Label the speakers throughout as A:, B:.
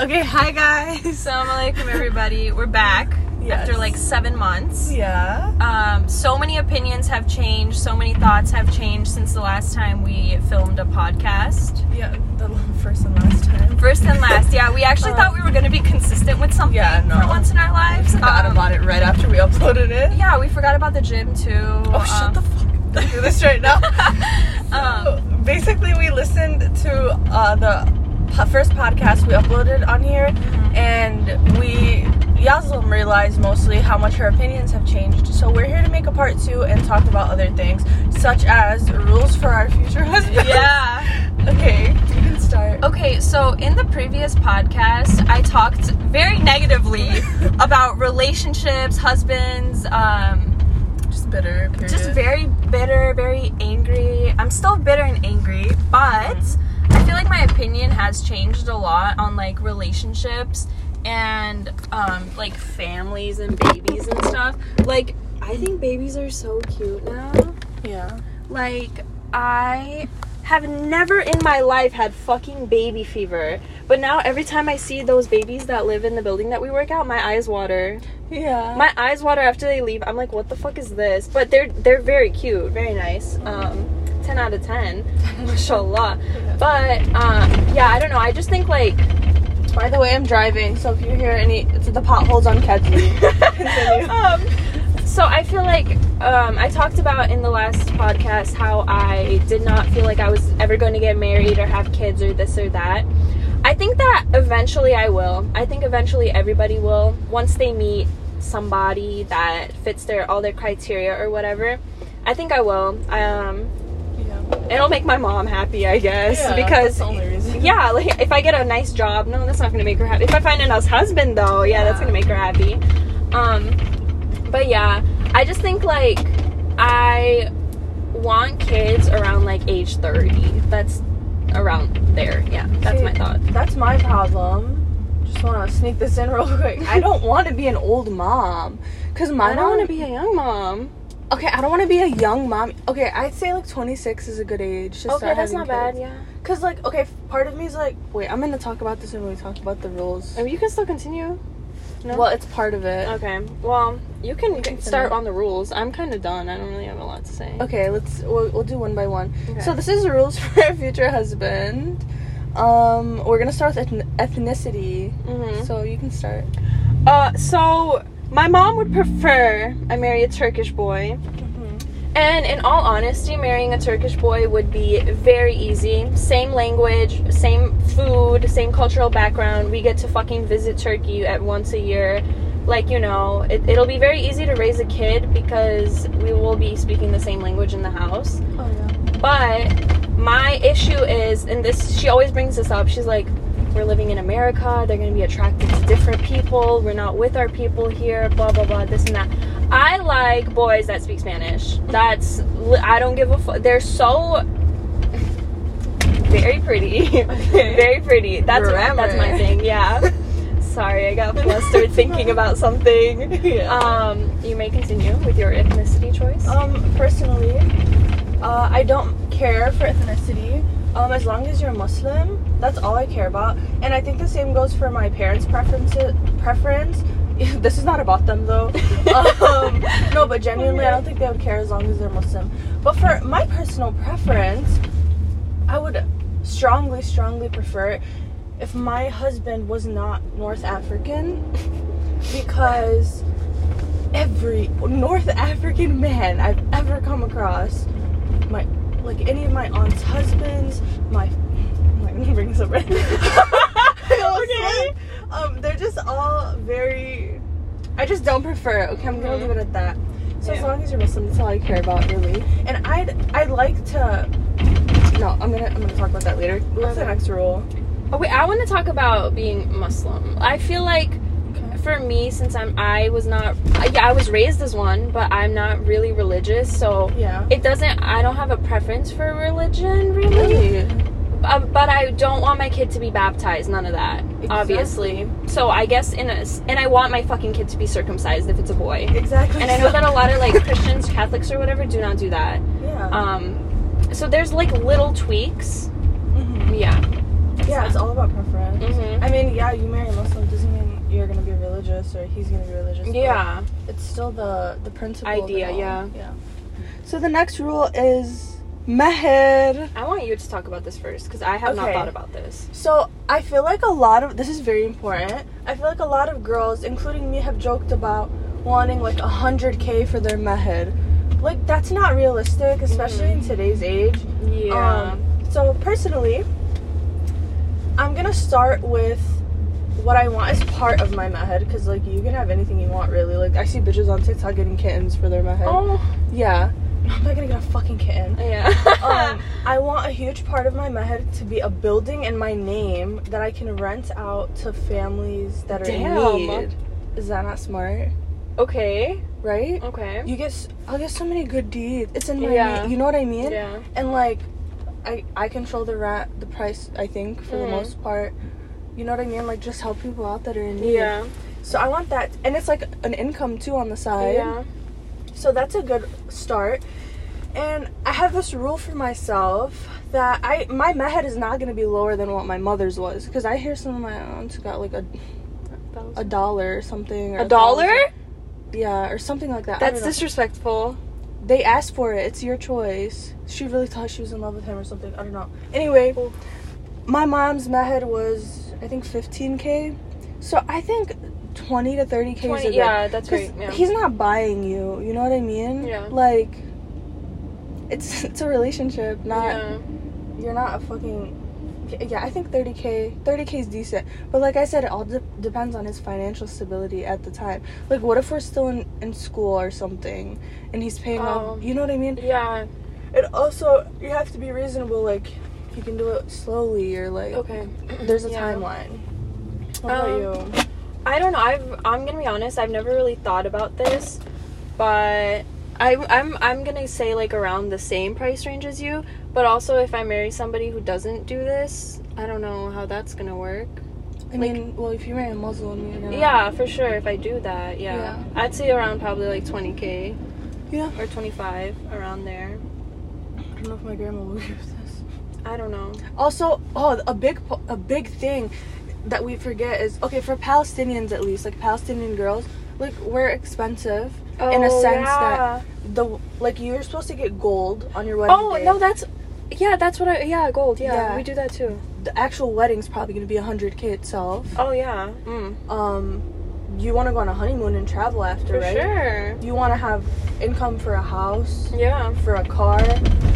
A: Okay, hi guys.
B: Assalamu alaikum, everybody. We're back
A: Yes.
B: after like seven months.
A: Yeah.
B: Um, so many opinions have changed, so many thoughts have changed since the last time we filmed a podcast.
A: Yeah, the first and last time.
B: First and last, yeah, we actually
A: Um,
B: thought we were going to be consistent with something
A: Yeah, no.
B: for once in our lives.
A: Forgot
B: Um,
A: about it right after we uploaded it.
B: Yeah, um, we forgot about the gym too.
A: Oh, shut the fuck up. Don't do this right now.
B: um,
A: So, basically, we listened to uh, the po- first podcast we uploaded on here, and we, Yaslim realized mostly how much her opinions have changed. So, we're here to make a part two and talk about other things, such as rules for our future husband.
B: yeah.
A: okay, Oh, you can start.
B: Okay, so in the previous podcast, I talked very negatively about relationships, husbands, um,
A: Just bitter, period.
B: just very bitter, very angry. I'm still bitter and angry, but I feel like my opinion has changed a lot on like relationships and um, like families and babies and stuff. Like, I think babies are so cute now.
A: Yeah.
B: Like, I have never in my life had fucking baby fever. But now every time I see those babies that live in the building that we work out, my eyes water.
A: Yeah.
B: My eyes water after they leave. I'm like, what the fuck is this? But they're they're very cute, very nice. Um, ten out of ten, mashallah. But um, yeah, I don't know. I just think like
A: By the way, I'm driving, so if you hear any, it's the potholes on Kedzie. Continue.
B: um, so I feel like um, I talked about in the last podcast how I did not feel like I was ever going to get married or have kids or this or that. I think that eventually I will. I think eventually everybody will once they meet somebody that fits their all their criteria or whatever. I think I will. Um,
A: yeah.
B: it'll make my mom happy, I guess, because
A: only reason.
B: yeah, like if I get a nice job, no, that's not gonna make her happy. If I find a nice husband, though, yeah, that's
A: Yeah.
B: gonna make her happy. Um, but yeah, I just think like I want kids around like age thirty. That's around there. Yeah, that's my
A: See,
B: thought.
A: That's my problem. Just want to sneak this in real quick. I don't want to be an old mom, cause my
B: I don't want
A: mom-
B: to be a young mom.
A: Okay, I don't want to be a young mom. Okay, I'd say like 26 is a good age. To
B: Okay,
A: start
B: that's
A: having
B: not bad.
A: kids.
B: Yeah,
A: Cause like, okay, f- part of me is like, wait, I'm gonna talk about this when we talk about the rules.
B: I mean, you can still continue. No?
A: Well, it's part of it.
B: okay. Well, you can
A: can
B: start
A: finish.
B: on the rules. I'm kind of done. I don't really have a lot to say.
A: Okay, let's we'll, we'll do one by one.
B: Okay.
A: So this is the rules for our future husband. Um, we're gonna start with ethn- ethnicity.
B: Mhm.
A: So you can start.
B: Uh, so my mom would prefer I marry a Turkish boy. Mm-hmm. And in all honesty, marrying a Turkish boy would be very easy. Same language, same food, same cultural background. We get to fucking visit Turkey at once a year. Like, you know, it, it'll be very easy to raise a kid because we will be speaking the same language in the house.
A: Oh yeah.
B: But my issue is, and this she always brings this up. She's like, "We're living in America. They're going to be attracted to different people. We're not with our people here. Blah blah blah. This and that." I like boys that speak Spanish. That's li- I don't give a fuck. They're so very pretty, very pretty. That's that's my
A: Grammar.
B: thing. Yeah. Sorry, I got flustered thinking about something.
A: yeah.
B: Um, you may continue with your ethnicity choice.
A: Um, personally, uh, I don't care for ethnicity. Um, as long as you're Muslim, that's all I care about. And I think the same goes for my parents' preferences. Preference. this is not about them though. um, no, but genuinely, I don't think they would care as long as they're Muslim. But for my personal preference, I would strongly, strongly prefer if my husband was not North African because every North African man I've ever come across, my like any of my aunt's husbands, my I'm not gonna bring this up right. okay. Um, they're just all very. I just don't prefer it. Okay, I'm gonna
B: Mhm.
A: leave it at that. So as
B: Yeah.
A: long as you're Muslim, that's all I care about, really. And I'd I'd like to. No, I'm gonna I'm gonna talk about that later. What's the
B: Okay.
A: next rule?
B: Oh wait, I want to talk about being Muslim. I feel like
A: Okay.
B: for me, since I'm I was not I, yeah, I was raised as one, but I'm not really religious, so
A: Yeah.
B: it doesn't. I don't have a preference for religion really, Uh, but I don't want my kid to be baptized. None of that, obviously. So I guess in a s- and I want my fucking kid to be circumcised if it's a boy.
A: Exactly.
B: And I know that a lot of like Christians, Catholics, or whatever do not do that.
A: Yeah.
B: Um, so there's like little tweaks.
A: Mhm.
B: Yeah.
A: Yeah, it's all about preference.
B: Mhm.
A: I mean, yeah, you marry a Muslim doesn't mean you're gonna be religious or he's gonna be religious. but
B: Yeah.
A: it's still the the principle of it
B: Idea,
A: all.
B: yeah.
A: yeah. So the next rule is meher.
B: I want you to talk about this first because I have not
A: Okay.
B: thought about this.
A: So I feel like a lot of this is very important. I feel like a lot of girls, including me, have joked about wanting like hundred k for their meher. Like that's not realistic, especially
B: Mm-hmm.
A: in today's age. Um, so personally, I'm gonna start with what I want as part of my mehed because like you can have anything you want really. Like I see bitches on TikTok getting kittens for their mehed.
B: oh.
A: Yeah, I'm not gonna get a fucking kitten.
B: Yeah.
A: Um, I want a huge part of my mehed to be a building in my name that I can rent out to families that are
B: Damn.
A: in need. Is that not smart?
B: okay.
A: Right?
B: Okay.
A: You get s- I'll get so many good deeds. It's in my
B: Yeah.
A: name. You know what I mean?
B: Yeah.
A: and like I I control the rent, the price. I think for the
B: Mm.
A: most part, you know what I mean. Like just help people out that are in need.
B: Yeah.
A: So I want that, and it's like an income too on the side.
B: Yeah.
A: So that's a good start. And I have this rule for myself that I my mehead is not gonna be lower than what my mother's was because I hear some of my aunts got like a a dollar or something. Or
B: A dollar?
A: thousand- Yeah, or something like that. I
B: That's
A: don't know.
B: disrespectful.
A: They asked for it. It's your choice. She really thought she was in love with him or something. I don't know. Anyway, my mom's mehead was I think 15k. So I think 20 to 30k is a
B: 20,
A: good.
B: yeah, that's
A: 'cause
B: great. Yeah.
A: He's not buying you. You know what I mean?
B: Yeah.
A: Like it's it's a relationship. Not
B: yeah.
A: you're not a fucking yeah. I think 30k 30k is decent. But like I said, it all de- depends on his financial stability at the time. Like what if we're still in in school or something, and he's paying
B: Oh.
A: off? You know what I mean?
B: Yeah.
A: And Um, also, you have to be reasonable. Like, you can do it slowly, or like,
B: Okay.
A: there's a
B: Yeah.
A: timeline. Um, What about you?
B: I don't know. I've I'm gonna be honest. I've never really thought about this, but I, I'm I'm gonna say like around the same price range as you. But also, if I marry somebody who doesn't do this, I don't know how that's gonna work.
A: I mean, well, if you marry a Muslim, you're gonna.
B: Yeah, for sure. If I do that, yeah,
A: Yeah.
B: I'd say around probably like 20k
A: Yeah.
B: or 25 around there.
A: I don't know if my grandma will agree with this.
B: I don't know.
A: Also, oh, a big, po- a big thing that we forget is okay for Palestinians at least, like Palestinian girls, like we're expensive in a
B: Oh,
A: sense
B: yeah.
A: that the like you're supposed to get gold on your wedding.
B: Oh
A: day.
B: no, that's yeah, that's what I yeah gold yeah,
A: Yeah.
B: we do that too.
A: the actual wedding's probably gonna be hundred k itself.
B: Oh yeah, mm.
A: Um, you want to go on a honeymoon and travel after,
B: for
A: right?
B: sure.
A: you want to have income for a house,
B: Yeah.
A: for a car.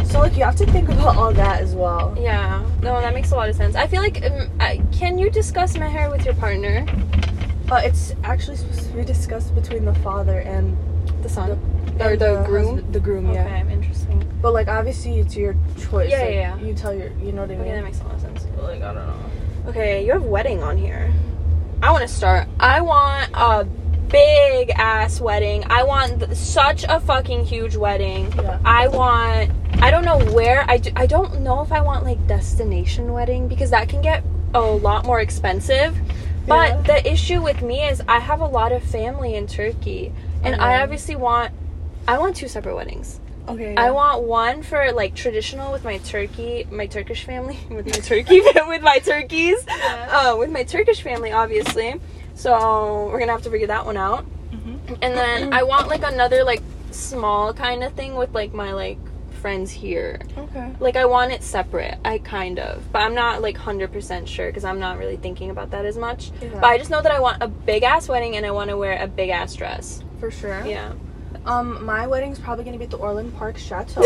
A: So like you have to think about all that as well.
B: Yeah, no, that makes a lot of sense. I feel like, um, I, can you discuss meher with your partner,
A: Uh, it's actually supposed to be discussed between the father and
B: the son, or
A: and
B: the, groom?
A: husband- the groom, yeah.
B: Okay, interesting.
A: But like obviously it's your choice.
B: Yeah,
A: like,
B: yeah, yeah.
A: You tell your, you know what I mean.
B: Okay, that makes a lot of sense.
A: like I don't know.
B: Okay, you have wedding on here. I want to start. I want a big ass wedding. I want th- such a fucking huge wedding.
A: Yeah.
B: I want. I don't know where. I, d- I don't know if I want like destination wedding because that can get a lot more expensive. But
A: Yeah.
B: the issue with me is I have a lot of family in Turkey, and I
A: Okay.
B: obviously want. I want two separate weddings.
A: Okay.
B: I want one for like traditional with my turkey, my Turkish family, with my turkey, with my turkeys,
A: Yeah.
B: uh, with my Turkish family, obviously. So we're gonna have to figure that one out.
A: Mm-hmm.
B: And then I want like another like small kind of thing with like my like friends here.
A: Okay.
B: Like I want it separate. I kind of, but I'm not like hundred percent sure because I'm not really thinking about that as much.
A: Yeah.
B: But I just know that I want a big ass wedding and I want to wear a big ass dress.
A: For sure.
B: Yeah.
A: Um, my wedding's probably gonna be at the Orland Park Chateau.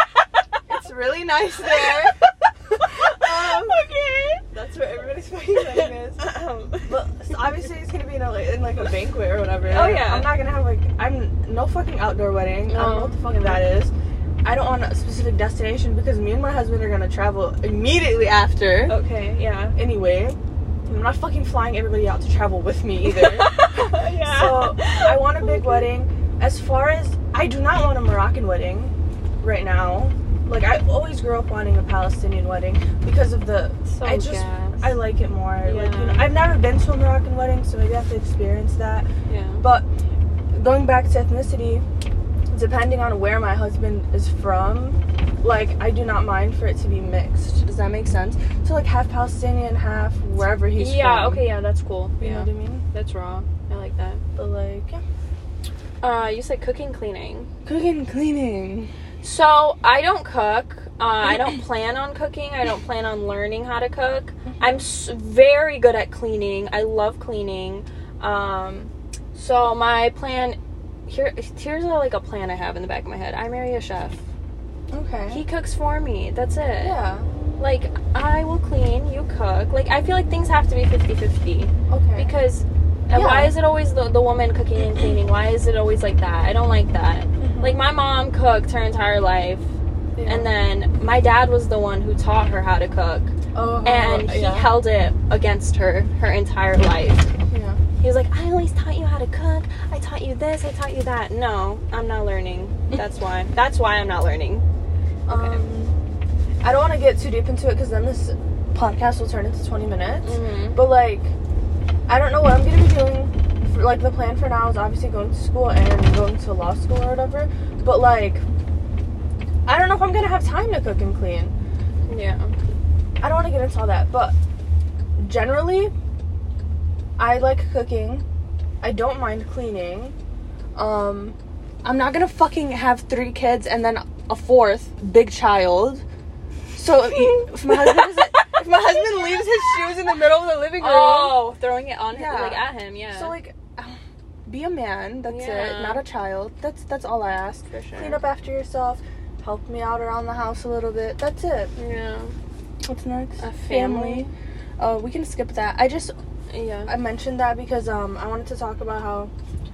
A: it's really nice Um,
B: okay.
A: That's where everybody's fucking wedding is. But so obviously it's gonna be in a in like a banquet or whatever.
B: Oh, yeah.
A: I'm not gonna have like I'm no fucking outdoor wedding. I don't know
B: No.
A: what the fuck that is. I don't want a specific destination because me and my husband are gonna travel immediately after.
B: okay, yeah.
A: Anyway, I'm not fucking flying everybody out to travel with me either.
B: yeah.
A: So I want a big wedding. As far as I do not want a Moroccan wedding right now. Like I always grew up wanting a Palestinian wedding because of the
B: So
A: I just
B: gas.
A: I like it more. Like you know,
B: Yeah.
A: I've never been to a Moroccan wedding, so maybe I have to experience that.
B: yeah.
A: But going back to ethnicity, depending on where my husband is from, like I do not mind for it to be mixed. Does that make sense? So like half Palestinian, half wherever he's
B: yeah.
A: from.
B: Okay. Yeah. That's cool.
A: You know
B: Yeah.
A: what I mean?
B: That's raw. I like that.
A: But like yeah.
B: Uh, you said cooking, cleaning.
A: cooking, cleaning.
B: So I don't cook. Uh, I don't plan on cooking. I don't plan on learning how to cook. I'm s- very good at cleaning. I love cleaning. Um, so my plan here here's a, like a plan I have in the back of my head. I marry a chef.
A: Okay.
B: He cooks for me. That's it.
A: yeah.
B: Like I will clean, you cook. Like I feel like things have to be 50-50
A: Okay.
B: because
A: Yeah.
B: uh, why is it always the, the woman cooking and cleaning? Why is it always like that? I don't like that.
A: Mhm.
B: Like my mom cooked her entire life.
A: Yeah.
B: And then my dad was the one who taught her how to cook,
A: oh,
B: and he
A: yeah.
B: held it against her her entire life.
A: Yeah.
B: He was like, "I always taught you how to cook. I taught you this. I taught you that." No, I'm not learning. That's why. That's why I'm not learning. Okay.
A: Um, I don't want to get too deep into it because then this podcast will turn into 20 minutes. But like, I don't know what I'm gonna be doing. For, like the plan for now is obviously going to school and going to law school or whatever. But like, I don't know if I'm gonna have time to cook and clean.
B: Yeah.
A: I don't want to get into all that. But generally, I like cooking. I don't mind cleaning. Um, I'm not gonna fucking have three kids and then a fourth big child. So if, if my husband is, if my husband leaves his shoes in the middle of the living room,
B: Oh, throwing it on
A: Yeah.
B: him, like at him. Yeah.
A: so like, be a man. That's
B: Yeah.
A: it. Not a child. That's that's all I ask.
B: for sure.
A: Clean up after yourself. Help me out around the house a little bit. That's it.
B: Yeah.
A: What's next?
B: A family.
A: Uh, we can skip that. I just
B: Yeah.
A: I mentioned that because um I wanted to talk about how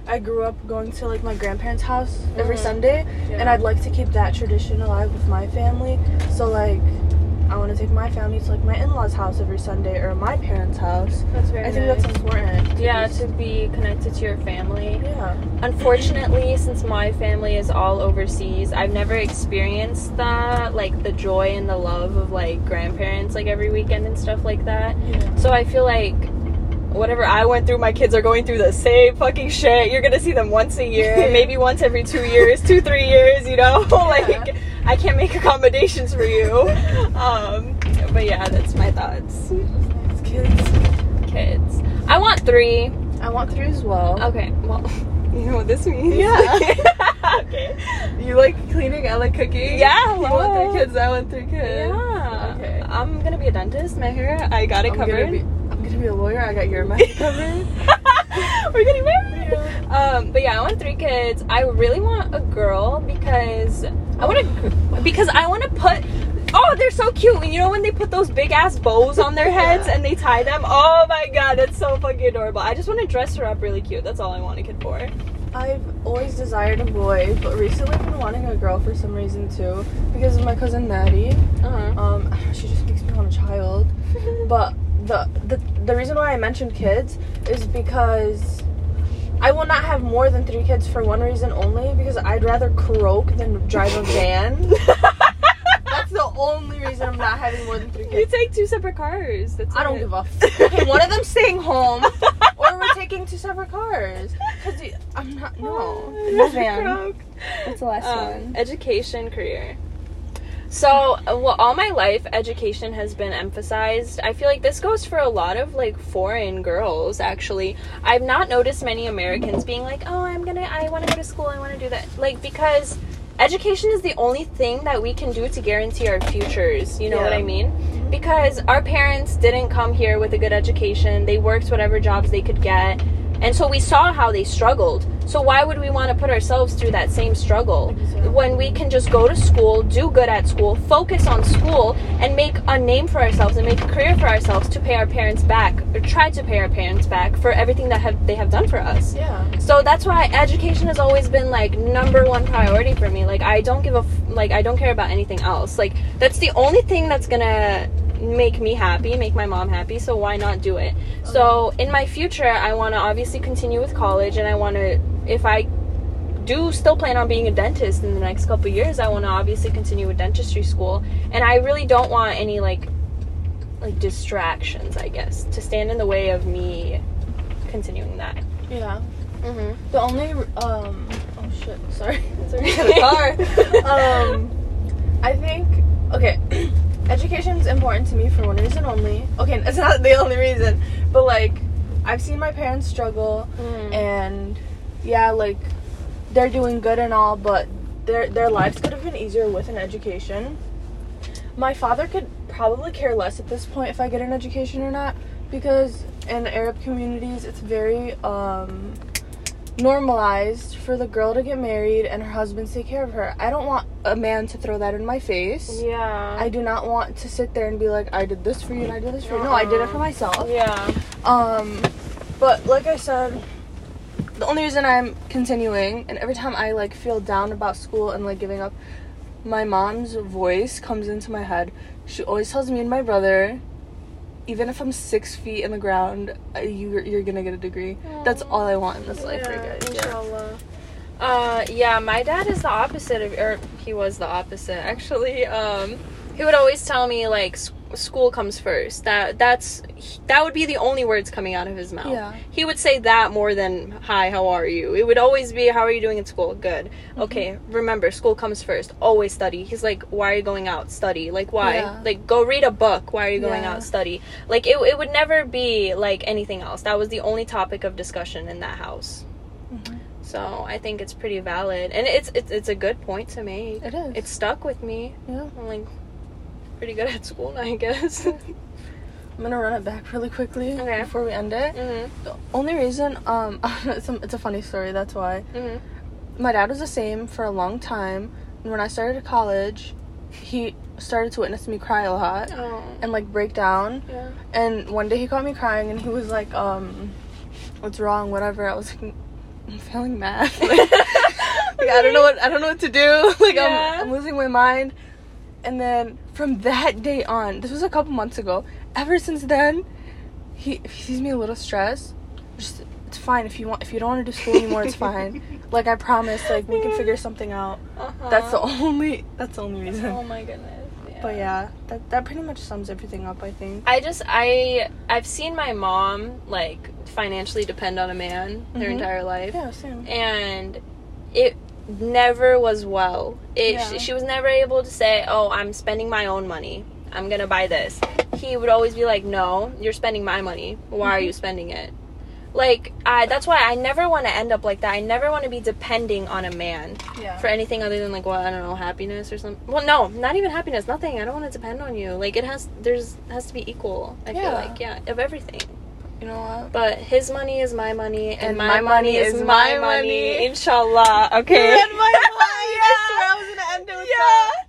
A: I grew up going to like my grandparents' house every
B: Mhm.
A: Sunday, and
B: Yeah.
A: I'd like to keep that tradition alive with my family. So like, I want to take my family to like my in-laws' house every Sunday or my parents' house.
B: That's very
A: I think
B: nice.
A: that's important. to
B: yeah,
A: just-
B: to be connected to your family.
A: yeah.
B: unfortunately since my family is all overseas i've never experienced the like the joy and the love of like grandparents like every weekend and stuff like that
A: Yeah.
B: so i feel like whatever i went through my kids are going through the same fucking shit you're gonna see them once a year maybe once every two years two three years you know like i can't make accommodations for you um but yeah that's my thoughts
A: It's kids.
B: kids i want three
A: I want three as well.
B: Okay, well, you know what this means.
A: Yeah.
B: okay.
A: Um, You like cleaning? I like cooking.
B: Yeah,
A: You want
B: hello.
A: three kids? I want three kids.
B: Yeah.
A: Okay.
B: I'm gonna be a dentist. My hair, I got it
A: I'm
B: covered.
A: gonna be. I'm gonna be a lawyer. I got your math covered.
B: We're getting married. Um, but yeah, I want three kids. I really want a girl because I want to because I want to put. Oh, they're so cute. And you know when they put those big ass bows on their heads
A: Yeah.
B: and they tie them? Oh my god, that's so fucking adorable. I just want to dress her up really cute. That's all I want a kid for.
A: I've always desired a boy, but recently I've been wanting a girl for some reason too, because of my cousin Maddie.
B: Uh-huh.
A: Um, she just makes me want a child. But the the the reason why I mentioned kids is because I will not have more than three kids for one reason only, because I'd rather croak than drive a van. That's the only reason I'm not having more than three
B: You
A: kids.
B: take two separate cars. That's
A: I don't give a f- Okay, one of them's staying home, or we're taking two separate cars. Cause the- I'm not
B: Oh,
A: no no van. That's the last one.
B: Um, Education career. So, uh, well, all my life, education has been emphasized. I feel like this goes for a lot of like foreign girls. Actually, I've not noticed many Americans being like, "Oh, I'm gonna, I want to go to school. I want to do that." Like because education is the only thing that we can do to guarantee our futures. You know what
A: Yeah.
B: I mean? Because our parents didn't come here with a good education. They worked whatever jobs they could get. And so we saw how they struggled. So why would we want to put ourselves through that same struggle
A: Exactly.
B: when we can just go to school, do good at school, focus on school, and make a name for ourselves and make a career for ourselves to pay our parents back or try to pay our parents back for everything that have they have done for us.
A: Yeah.
B: So that's why education has always been like number one priority for me. Like I don't give a f- like I don't care about anything else. Like that's the only thing that's gonna make me happy, make my mom happy. So why not do it? So in my future, I want to obviously continue with college, and I want to if I do still plan on being a dentist in the next couple years. I want to obviously continue with dentistry school, and I really don't want any like like distractions, I guess, to stand in the way of me continuing that.
A: Yeah.
B: Mm-hmm.
A: The only um oh shit, sorry.
B: It's
A: Sorry. um I think okay, education's important to me for one reason only. Okay, it's not the only reason, but like I've seen my parents struggle and yeah, like they're doing good and all, but their their lives could have been easier with an education. My father could probably care less at this point if I get an education or not because in Arab communities it's very um normalized for the girl to get married and her husbands take care of her. I don't want a man to throw that in my face.
B: Yeah.
A: I do not want to sit there and be like, I did this for you and I did this for you. No, I did it for myself.
B: Uh-huh. yeah.
A: Um, but like I said, the only reason I'm continuing, and every time I like feel down about school and like giving up, my mom's voice comes into my head. She always tells me and my brother, even if I'm six feet in the ground, uh, you you're gonna get a degree. That's all I want in this life, right,
B: Yeah,
A: guys? Yeah.
B: Inshallah. Uh, yeah, my dad is the opposite of, or he was the opposite actually. Um, he would always tell me like s- school comes first. That that's he- that would be the only words coming out of his mouth.
A: Yeah.
B: He would say that more than hi, how are you? It would always be how are you doing in school? Good.
A: Mm-hmm.
B: Okay, remember school comes first. Always study. He's like, why are you going out? Study. Like why?
A: Yeah.
B: Like go read a book. Why are you going
A: Yeah.
B: out? Study. Like it it would never be like anything else. That was the only topic of discussion in that house.
A: Mm-hmm.
B: So I think it's pretty valid, and it's it's, it's a good point to make.
A: It is.
B: It stuck with me.
A: yeah.
B: I'm like pretty good at school, now, I guess.
A: I'm gonna run it back really quickly
B: Okay.
A: before we end it.
B: mhm.
A: The only reason, um, it's, a, it's a funny story. That's why
B: Mhm.
A: my dad was the same for a long time. And when I started college, he started to witness me cry a lot
B: Oh.
A: and like break down.
B: Yeah.
A: And one day he caught me crying, and he was like, um, "What's wrong? Whatever." I was like, "I'm failing math. like, like, I don't know what I don't know what to do. Like
B: Yeah.
A: I'm I'm losing my mind." And then from that day on, this was a couple months ago. Ever since then, he if he sees me a little stressed. Just it's fine if you want if you don't want to do school anymore, it's fine. Like I promise, like we can figure something out.
B: Uh-huh.
A: That's the only that's the only
B: Oh
A: reason.
B: my goodness. Yeah.
A: But yeah, that that pretty much sums everything up. I think.
B: I just I I've seen my mom like financially depend on a man their
A: Mhm.
B: entire life.
A: Yeah, same.
B: and it never was well. It
A: Yeah.
B: she, she was never able to say, "Oh, I'm spending my own money. I'm gonna buy this." He would always be like, "No, you're spending my money. Why are you
A: Mm-hmm.
B: spending it?" Like I, that's why I never want to end up like that. I never want to be depending on a man
A: Yeah.
B: for anything other than like, well, I don't know, happiness or something. Well, no, not even happiness. Nothing. I don't want to depend on you. Like it has, there's has to be equal. I feel
A: Yeah.
B: like yeah, of everything.
A: You know what?
B: But his money is my money,
A: And
B: and,
A: my
B: my, money, is, my money.
A: money.
B: Inshallah. Okay.
A: read my mind. I swear I was gonna end it with that.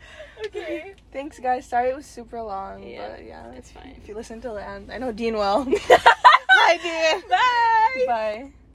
B: Okay.
A: Thanks, guys. Sorry it was super long,
B: Yeah,
A: but yeah,
B: it's fine.
A: If you listen till the end, I know Dean well.
B: Hi,
A: Dean.
B: Bye.
A: Bye.